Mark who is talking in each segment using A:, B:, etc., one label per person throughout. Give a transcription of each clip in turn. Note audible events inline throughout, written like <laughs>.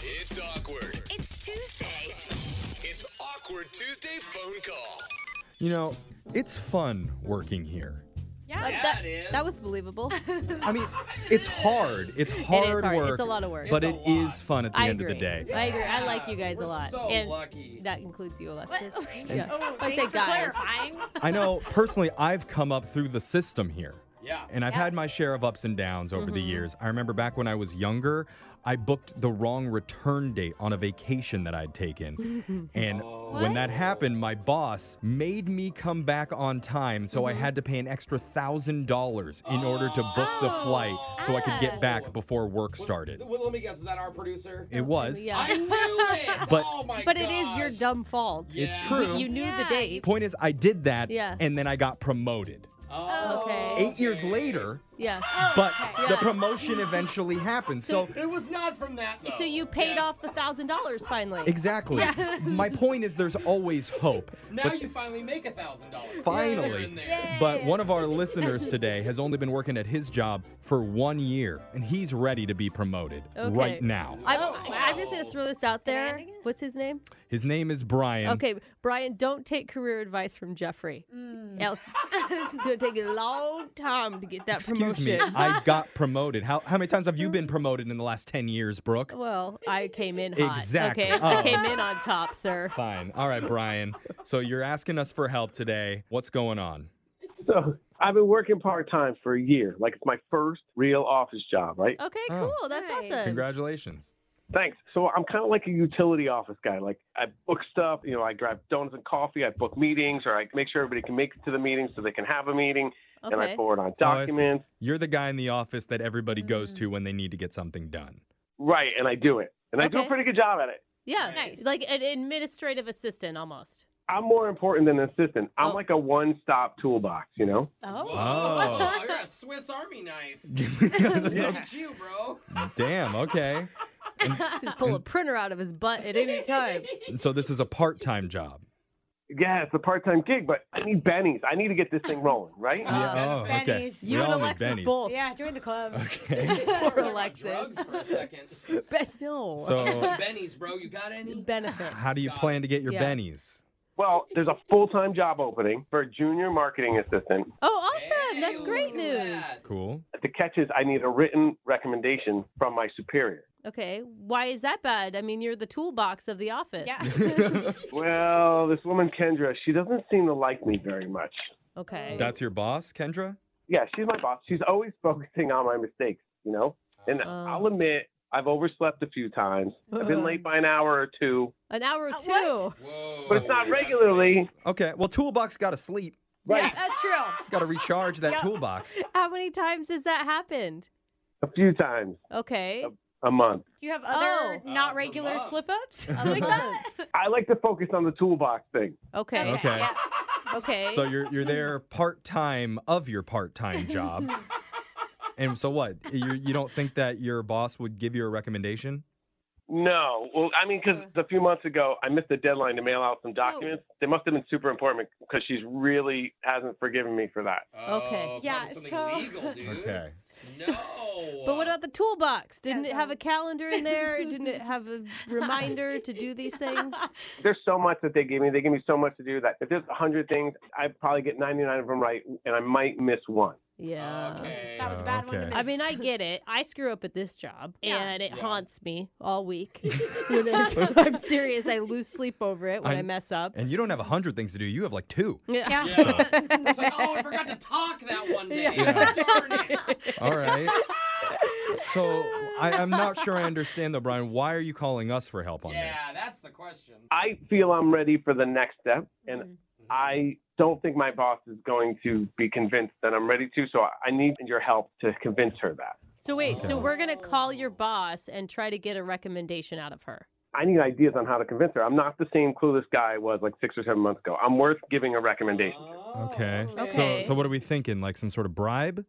A: It's awkward.
B: It's Tuesday.
A: It's awkward Tuesday phone call.
C: You know, it's fun working here.
D: Uh,
E: Yeah,
D: that,
E: it is.
D: that was believable.
C: I mean, it's hard. It's hard,
D: hard.
C: work.
D: It's a lot of work.
C: But
E: It's
C: it
E: a lot.
C: is fun at the
D: I
C: end
D: agree.
C: of the day.
D: <laughs> I agree. I like you guys a lot.
E: So
D: and
E: lucky.
D: that includes you, Alexis.
B: <laughs> Oh,
D: I
B: thanks
D: say
B: for
D: guys.
B: clarifying.
C: I know personally, I've come up through the system here.
E: yeah.
C: And I've
B: Yeah.
C: had my share of ups and downs over
D: Mm-hmm.
C: the years. I remember back when I was younger, I booked the wrong return date on a vacation that I'd
D: <laughs>
C: taken. and when that
B: What?
C: happened, my boss made me come back on time. So
D: Mm-hmm.
C: I had to pay an extra $1,000 in order to book the
D: Oh,
C: flight so I could
D: ah.
C: get back before work
E: Was-
C: started.
E: well, let me guess. Is that our producer?
C: It was.
D: Oh, Yeah.
E: I knew
D: <laughs>
E: it.
C: But-
E: oh my
D: But it is your
E: gosh.
D: dumb fault.
E: Yeah.
C: It's true.
D: You knew the
B: Yeah.
D: date.
C: Point is, I did that
D: Yeah.
C: and then I got promoted.
E: Oh,
D: Okay.
C: Eight years later,
D: Yeah.
B: Oh.
C: but
D: okay.
C: the
D: Yeah.
C: promotion eventually happened.
D: So-
E: <laughs>
C: So,
E: It was not from that. Though.
D: So you paid
E: Yeah.
D: off the thousand dollars finally.
C: exactly. My point is, there's always hope.
E: Now
C: But-
E: you finally make a thousand dollars.
C: Finally.
E: You're in there.
C: But one of our listeners today has only been working at his job for one year, and he's ready to be promoted
D: Okay.
C: right now.
D: I'm,
E: Oh,
D: I'm just gonna
E: wow.
D: throw this out there.
B: Branding it?
D: What's his name?
C: His name is Brian.
D: Okay, Brian. Don't take career advice from Jeffrey.
B: Mm. <laughs>
D: Else, it's gonna take a long time to get that
C: Excuse me,
D: promotion. <laughs>
C: I got promoted. How, how many times have you been promoted in the last 10 years, Brooke?
D: Well, I came in hot.
C: Exactly.
D: Okay, I
C: Oh.
D: came in on top, sir.
C: Fine. All right, Brian. So you're asking us for help today. What's going on?
F: So I've been working part time for a year. Like it's my first real office job, right?
D: Okay,
C: Oh.
D: cool. That's
B: Nice.
D: awesome.
C: Congratulations.
F: Thanks. So I'm kind of like a utility office guy. Like I book stuff, you know, I grab donuts and coffee, I book meetings, or I make sure everybody can make it to the meeting so they can have a meeting, and I
D: Okay.
F: forward on
C: Oh, I see.
F: documents.
C: You're the guy in the office that everybody goes to when they need to get something done.
F: right, and I do it. And I do a
D: Okay.
F: pretty good job at it.
D: Yeah,
B: Nice.
D: like an administrative assistant almost.
F: I'm more important than an assistant. I'm
D: Oh.
F: like a one stop toolbox, you know?
E: Whoa, <laughs>
C: Oh.
E: You're a Swiss
C: <laughs>
E: Army knife. Look at you, bro.
C: Damn, okay.
D: <laughs> Just pull a printer out of his butt at
C: <laughs>
D: any time.
C: And so this is a part time job.
F: Yeah, it's a part time gig, but I need bennies. I need to get this thing rolling,
D: <laughs>
F: right?
D: Uh, Uh-huh.
C: Yeah, oh, okay.
B: Bennies.
C: We
D: You and
C: all need
D: Alexis
C: bennies.
D: both.
B: Yeah, join the club.
D: <laughs>
C: Okay.
E: Talk about
C: <laughs>
D: Alexis.
E: Drugs for a
D: <laughs>
E: second.
D: But no.
C: So,
E: Benny's, bro. You got any?
D: benefits.
C: how do you
E: Stop.
C: plan to get your
D: Yeah.
C: bennies?
F: Well, there's a full time job opening for a junior marketing assistant.
D: Oh, awesome!
E: Hey,
D: That's great
E: look at
D: news. <laughs>
E: that.
C: Cool.
F: The catch is I need a written recommendation from my superior.
D: Okay, why is that bad? I mean, you're the toolbox of the
C: <laughs>
D: office.
B: Yeah.
F: Well, this woman Kendra, she doesn't seem to like me very much.
D: Okay.
C: That's your boss, Kendra?
F: Yeah, she's my boss. She's always <laughs> focusing on my mistakes, you know? And
D: Oh.
F: I'll admit, I've overslept a few times. I've
D: Uh.
F: been late by an hour or two,
D: An hour or
B: Uh,
D: two.
B: what?
E: Whoa.
F: but it's not
E: that's-
F: regularly.
C: Okay. Well, toolbox got to sleep.
B: Yeah,
F: Right.
B: that's true.
C: Got to recharge that
B: Yeah.
C: toolbox.
D: <laughs> How many times has that happened?
F: A few times
D: Okay.
F: Uh, a month.
B: Do you have other
D: Oh.
B: not
E: Uh,
B: regular
E: Vermont.
B: slip ups
D: A
B: like that? <laughs>
F: I like to focus on the toolbox thing.
D: Okay.
C: Okay.
B: yeah.
D: Okay.
C: So you're you're there part time of your part time
D: <laughs>
C: job. and so what? You you don't think that your boss would give you a recommendation?
F: No. Well, I mean, because a few months ago, I missed the deadline to mail out some documents. They must have been super important because she's really hasn't forgiven me for that.
E: Oh,
D: Okay.
E: probably
B: Yeah,
E: Something
B: so-
E: legal, dude.
C: <laughs> Okay.
E: No.
D: But what about the toolbox? Didn't it have
B: no.
D: a calendar in there? Didn't it have a reminder to do these things?
F: There's so much that they give me. They give me so much to do that if there's 100 things, I probably get 99 of them right, and I might miss one.
D: Yeah.
E: Okay.
B: That was a bad one to
C: Okay.
B: miss.
D: I mean, I get it. I screw up at this job,
B: Yeah.
D: and it
E: Yeah.
D: haunts me all
B: <laughs>
D: week. When I- I'm <laughs> serious. I lose sleep over it when I,
C: I-
D: mess up.
C: And you don't have a hundred things to do. You have like two.
D: <laughs> Yeah.
B: Yeah.
E: I was like, oh, I forgot to talk that
D: <laughs>
E: one day.
C: Yeah.
E: Darn it.
C: All right. So I, I'm not sure I understand though, Brian. Why are you calling us for help on
E: Yeah,
C: this?
E: that's the question.
F: I feel I'm ready for the next step, and I don't think my boss is going to be convinced that I'm ready to. So I I need your help to convince her that.
D: So wait, so
C: Okay.
D: we're gonna call your boss and try to get a recommendation out of her.
F: I need ideas on how to convince her. I'm not the same clueless guy I was like six or seven months ago. I'm worth giving a recommendation.
E: Oh,
C: Okay.
D: Okay.
C: So so what are we thinking? Like some sort of bribe?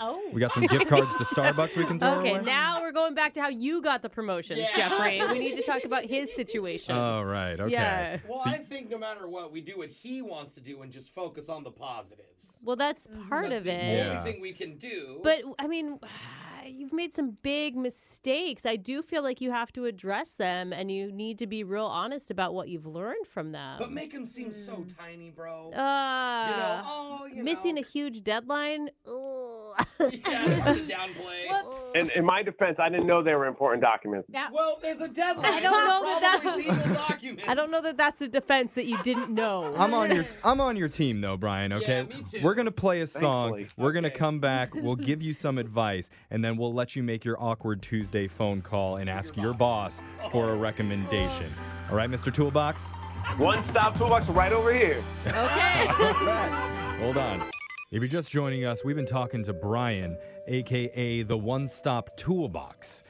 B: oh.
C: We got some gift cards to Starbucks we can throw
D: Okay,
C: away?
D: now we're going back to how you got the promotions,
E: Yeah.
D: Jeffrey. We need to talk about his situation.
C: All right. Oh, Okay.
D: Yeah.
E: Well,
C: So-
E: I think no matter what, we do what he wants to do and just focus on the positives.
B: Mm.
D: Well, that's part
E: That's
D: of
E: the
D: it.
C: Yeah.
E: only thing we can do.
D: But I mean, <sighs> I- you've made some big mistakes. I do feel like you have to address them and you need to be real honest about what you've learned from them.
E: But make him seem so tiny, bro.
D: mm. uh,
E: you know, oh, you
D: missing
E: know.
D: a huge deadline. Ugh.
E: <laughs>
D: <laughs>
E: yeah, that's a downplay.
B: Whoops.
F: In, in my defense, I didn't know they were important documents.
B: Yeah.
E: Well, there's a deadline.
D: I don't know
E: <laughs>
D: that
E: Probably
D: that's-
E: legal documents.
D: <laughs> I don't know that that's a defense that you didn't
E: <laughs>
D: know.
C: I'm on your I'm on your team though, Brian. Okay,
E: me too.
C: we're gonna play a song.
F: Thankfully.
C: We're gonna
E: Okay.
C: come back. We'll give you some <laughs> advice, and then we'll let you make your awkward Tuesday phone call and ask your boss
E: Oh.
C: for a recommendation. All right, Mr. Toolbox,
F: One stop toolbox right over here.
D: okay.
C: hold on. If you're just joining us, we've been talking to Brian, aka the One Stop Toolbox.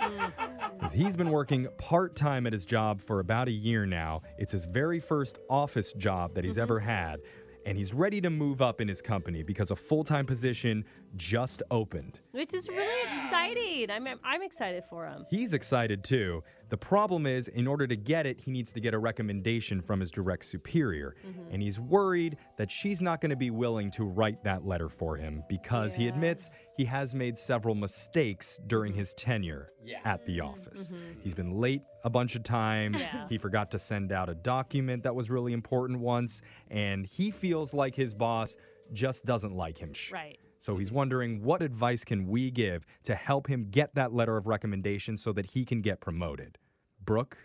C: He's been working part time at his job for about a year now. It's his very first office job that he's ever had. And he's ready to move up in his company because a full time position just opened.
D: <laughs> Which is really exciting. I'm, I'm excited for him.
C: He's excited too. The problem is, in order to get it, he needs to get a recommendation from his direct superior. And he's worried that she's not going to be willing to write that letter for him because he admits he has made several mistakes during his tenure
E: Yeah.
C: at the office. He's been late a bunch of times.
D: Yeah.
C: He forgot to send out a document that was really important once. And he feels like his boss just doesn't like him.
D: Right.
C: So he's wondering what advice can we give to help him get that letter of recommendation so that he can get promoted. Brooke,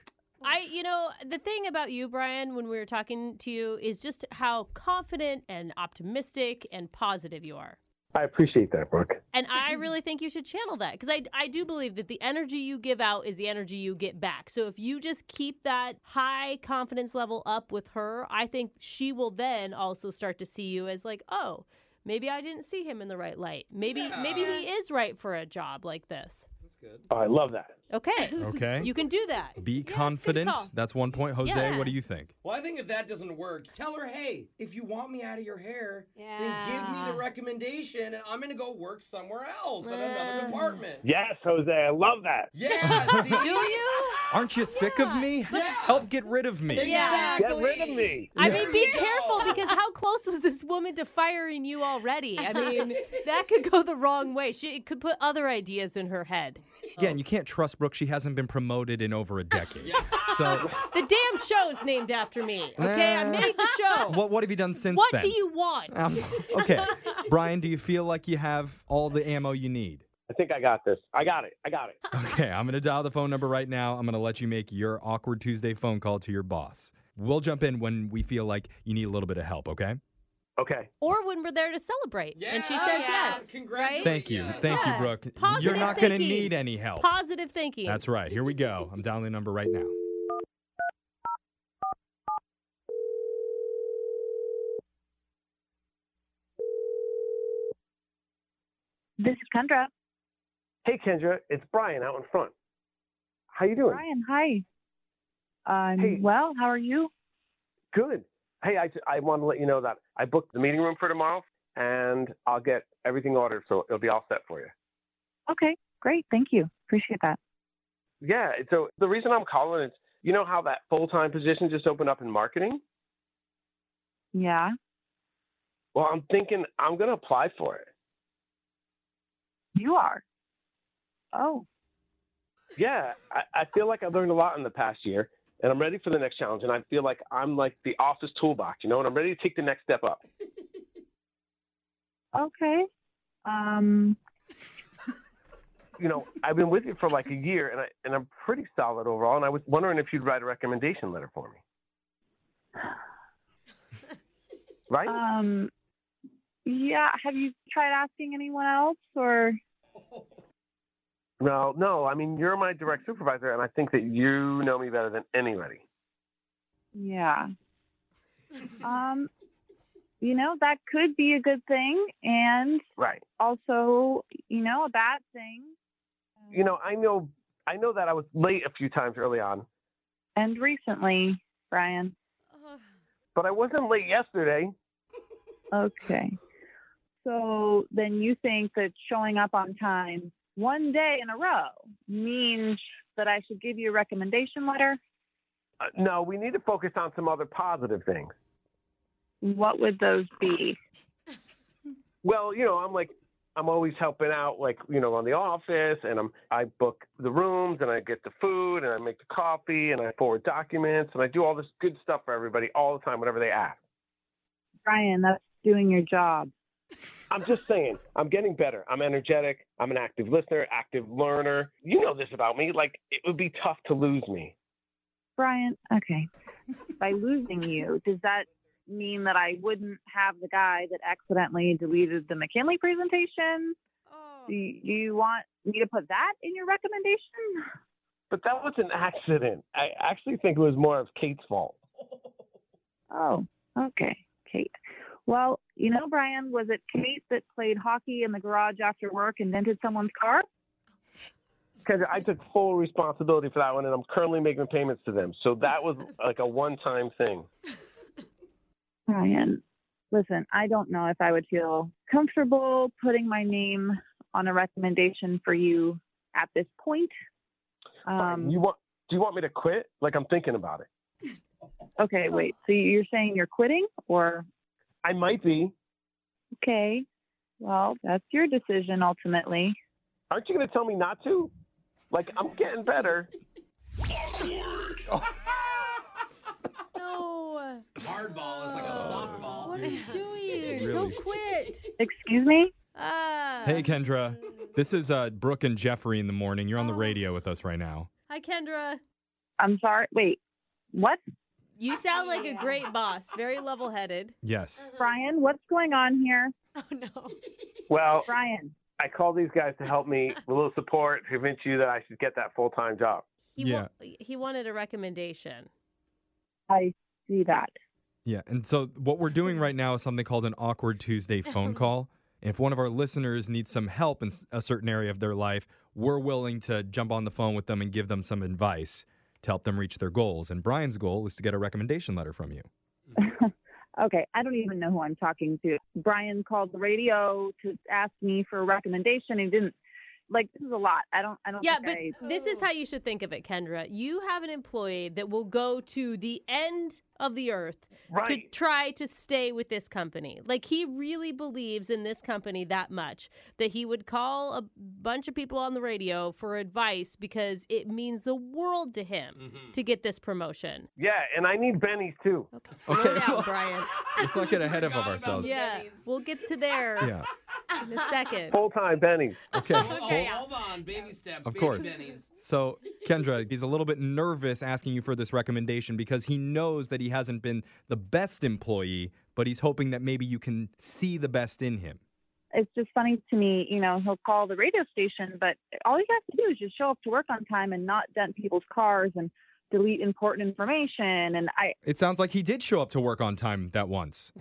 D: I, you know, the thing about you, Brian, when we were talking to you, is just how confident and optimistic and positive you are.
F: I appreciate that, Brooke.
D: And I really think you should channel that because I, I do believe that the energy you give out is the energy you get back. So if you just keep that high confidence level up with her, I think she will then also start to see you as like, oh, maybe I didn't see him in the right light. Maybe maybe he is right for a job like this.
F: Oh, I love that.
D: Okay.
C: okay?
D: <laughs> You can do that.
C: Be confident.
B: call.
C: That's one point. Jose,
D: Yeah.
C: what do you think?
E: Well, I think if that doesn't work, tell her, hey, if you want me out of your hair, then give me
B: Yeah.
E: the recommendation, and I'm gonna go work somewhere else in another department.
F: Yes, Jose, I love that.
D: <laughs>
E: Yeah. See?
D: Mm. Do you?
C: Aren't you sick of me? Help get rid of me.
D: Yeah.
F: Get
E: Exactly.
F: rid of me.
D: I mean, be careful because how close was this woman to firing you already? I mean, that could go the wrong way. She it could put other ideas in her head.
C: Again, you can't trust Brooke. She hasn't been promoted in over a decade. So,
D: The damn show's named after me. Okay, I made the
C: <laughs>
D: show.
C: what what have you done since
D: What
C: then?
D: do you want? <laughs>
C: Um, okay, Brian, do you feel like you have all the ammo you need?
F: I think I got this. I got it. I got it.
C: Okay, I'm going to dial the phone number right now. I'm going to let you make your awkward Tuesday phone call to your boss. We'll jump in when we feel like you need a little bit of help, okay?
F: <laughs> Okay.
D: or when we're there to celebrate, and she
E: Yeah. Oh,
D: says
B: Yeah.
D: yes.
E: Congratulations.
C: Thank you. Thank
D: Yeah,
C: you, Brooke.
D: positive
C: You're not going to
D: thinking.
C: need any help.
D: Positive thinking.
C: That's right. Here we go. I'm dialing the number right now.
G: This is Kendra.
F: Hey, Kendra, it's Brian out in front. How you doing?
G: Brian, hi. I'm
F: Hey.
G: well. How are you?
F: Good. Hey, I, I want to let you know that I booked the meeting room for tomorrow, and I'll get everything ordered, so it'll be all set for you.
G: Okay, great. Thank you. Appreciate that.
F: Yeah. So the reason I'm calling is, you know how that full time position just opened up in marketing?
G: Yeah.
F: Well, I'm thinking I'm gonna apply for it.
G: You are. Oh,
F: Yeah, I, I feel like I learned a lot in the past year, and I'm ready for the next challenge. And I feel like I'm like the office toolbox, you know, and I'm ready to take the next step up.
G: okay. Um,
F: You know, I've been with you for like a year, and I and I'm pretty solid overall. And I was wondering if you'd write a recommendation letter for me. Right?
G: um, yeah. Have you tried asking anyone else or?
F: no, no. I mean, you're my direct supervisor, and I think that you know me better than anybody.
B: <laughs>
G: Yeah. Um, you know, that could be a good thing and
F: Right.
G: also, you know, a bad thing.
F: You know, I know, I know that I was late a few times early on,
G: And recently, Brian.
F: but I wasn't late yesterday.
G: Okay. So then you think that showing up on time one day in a row means that I should give you a recommendation letter?
F: Uh, no, we need to focus on some other positive things.
G: What would those be?
F: Well, you know, I'm like, I'm always helping out, like you know, on the office, and I'm I book the rooms, and I get the food, and I make the coffee, and I forward documents, and I do all this good stuff for everybody all the time, whenever they ask.
G: Brian, that's doing your job.
F: I'm just saying, I'm getting better. I'm energetic. I'm an active listener, active learner. You know this about me. Like it would be tough to lose me.
G: Brian, okay. By losing you, does that mean that I wouldn't have the guy that accidentally deleted the McKinley presentation? <laughs>
D: Oh,
G: Do you, do you want me to put that in your recommendation?
F: But that was an accident. I actually think it was more of Kate's fault.
G: Oh, okay, Kate. Well, you know, Brian, was it Kate that played hockey in the garage after work and dented someone's car?
F: Because I took full responsibility for that one, and I'm currently making payments to them. So that was like a one-time thing.
G: Brian, listen, I don't know if I would feel comfortable putting my name on a recommendation for you at this point. Um,
F: you want? Do you want me to quit? Like I'm thinking about it.
G: okay, wait. So you're saying you're quitting, or
F: I might be.
G: okay? Well, that's your decision ultimately.
F: Aren't you going to tell me not to? Like I'm getting better.
B: No.
E: Hardball is like a softball.
D: What are
E: <laughs>
D: you doing?
C: Oh. Really?
D: Don't quit.
G: Excuse me.
D: Ah.
C: Hey, Kendra. This is uh, Brooke and Jeffrey in the morning. You're on the radio with us right now.
D: Hi, Kendra.
G: I'm sorry. Wait, what,
D: You sound like a great boss. Very <laughs> level-headed.
C: Yes.
G: Brian? What's going on here,
B: Oh no.
F: Well,
G: Brian?
F: I called these guys to help me with a little support, to convince you that I should get that full-time job.
D: He wa- he wanted a recommendation.
G: I see that.
C: Yeah. And so, what we're doing right now is something called an Awkward Tuesday phone call. And if one of our listeners needs some help in s- a certain area of their life, we're willing to jump on the phone with them and give them some advice to help them reach their goals. And Brian's goal is to get a recommendation letter from you.
G: Hmm. <laughs> Okay, I don't even know who I'm talking to. Brian called the radio to ask me for a recommendation. He didn't. Like this is a lot. I don't. I don't.
D: Yeah,
G: think
D: but
G: I,
D: this is how you should think of it, Kendra. You have an employee that will go to the end of the earth to
F: Right.
D: try to stay with this company. Like he really believes in this company that much that he would call a bunch of people on the radio for advice because it means the world to him to get this promotion.
F: Yeah, and I need Benny's too.
D: Okay, slow
C: Okay.
D: down, Brian.
C: <laughs> Let's not get ahead of
E: Forgot about
C: ourselves.
E: that.
D: yeah, we'll get to there
C: Yeah.
D: in a second.
F: Full-time Benny's.
C: Okay.
E: Hold on,
C: Well,
E: Oh, hold on, baby steps,
C: Of
E: baby
C: course.
E: bennies.
C: So, Kendra, he's a little bit nervous asking you for this recommendation because he knows that he hasn't been the best employee, but he's hoping that maybe you can see the best in him.
G: it's just funny to me, you know, he'll call the radio station, but all you have to do is just show up to work on time and not dent people's cars and delete important information. And I,
C: It sounds like he did show up to work on time that
D: <laughs>
C: once.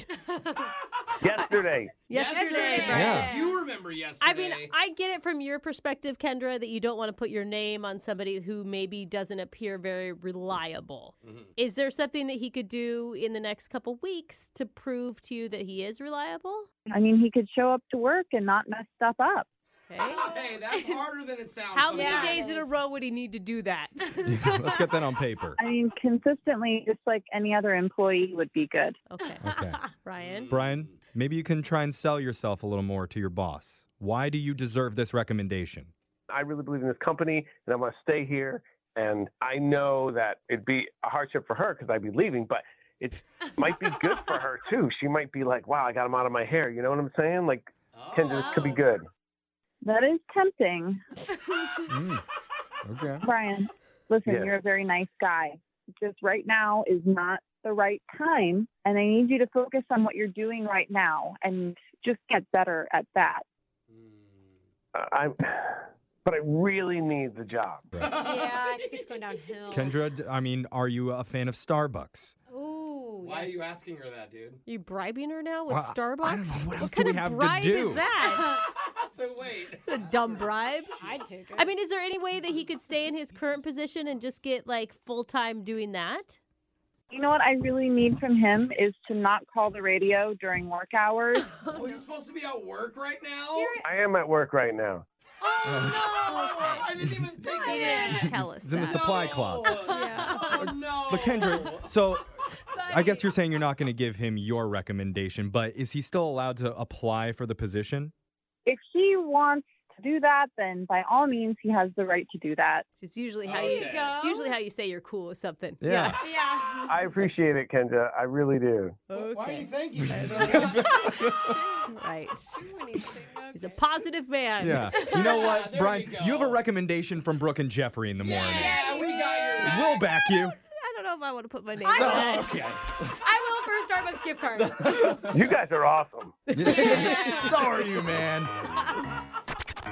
F: Yesterday.
D: Yesterday,
E: Yesterday,
D: Brian.
C: Yeah.
E: You remember yesterday?
D: I mean, I get it from your perspective, Kendra, that you don't want to put your name on somebody who maybe doesn't appear very reliable.
B: Mm-hmm.
D: Is there something that he could do in the next couple weeks to prove to you that he is reliable?
G: I mean, he could show up to work and not mess stuff up.
B: <laughs>
D: Okay.
E: hey,
D: <laughs>
E: that's harder than it sounds.
D: How many
E: sometimes.
D: days in a row would he need to do
B: <laughs>
D: that?
C: Let's get that on paper.
G: I mean, consistently, just like any other employee would be good.
D: okay,
C: <laughs> Okay.
D: Ryan.
C: Brian, maybe you can try and sell yourself a little more to your boss. Why do you deserve this recommendation?
F: I really believe in this company and I'm going to stay here. And I know that it'd be a hardship for her because I'd be leaving, but it might be good for her too. She might be like, wow, I got him out of my hair. You know what I'm saying? Like, Kendra, this could be good.
G: That is tempting.
C: Mm, Okay.
G: Brian, listen,
F: Yeah.
G: you're a very nice guy. Just right now is not the right time. And I need you to focus on what you're doing right now and just get better at that.
F: Uh, I'm, but I really need the job.
E: Hmm. <laughs>
B: Yeah, I think it's going downhill.
C: Kendra, d- I mean, are you a fan of Starbucks?
B: Ooh.
E: Why are
B: yes.
E: you asking her that, dude?
D: You bribing her now with
C: Well, I- I don't
D: Starbucks?
C: know. What
D: what
C: else do
D: kind
C: we
D: of
C: have to
D: bribe
C: do?
D: is
B: <laughs>
D: that?
E: <laughs> So wait.
D: It's a dumb bribe.
B: I'd take it.
D: I mean, is there any way that he could stay in his current position and just get like full time doing that?
G: You know what I really need from him is to not call the radio during work hours.
E: Oh, you're supposed to be at work right now? <laughs> Oh,
F: I am at work right now.
E: I didn't even think of
D: He didn't
E: that.
D: tell us
C: It's in the
D: that.
C: supply
E: No.
C: closet.
E: Oh, no.
C: But Kendra, so I guess you're saying you're not going to give him your recommendation, but is he still allowed to apply for the position?
G: if he wants to do that, then by all means, he has the right to do that.
D: It's usually how
E: Okay.
D: you.
E: There you
D: It's usually how you say you're cool with something. <laughs>
C: Yeah.
B: Yeah.
F: I appreciate it, Kendra. I really do.
E: Wh- Why are you
D: Okay.
E: thanking me?
D: Right.
B: Do anything,
D: He's a
B: okay.
D: positive man.
C: Yeah. You know
E: Yeah,
C: what,
E: <laughs> there
C: Brian?
E: we
C: You have a
E: go.
C: recommendation from Brooke and Jeffrey in the morning.
E: yeah, we got your
C: We'll back you.
D: I don't know if I want to put <laughs> my name
B: I
D: on
B: don't-
D: that.
C: Okay.
B: I will for a Starbucks gift card.
F: You guys are awesome.
C: <laughs> so are you, man.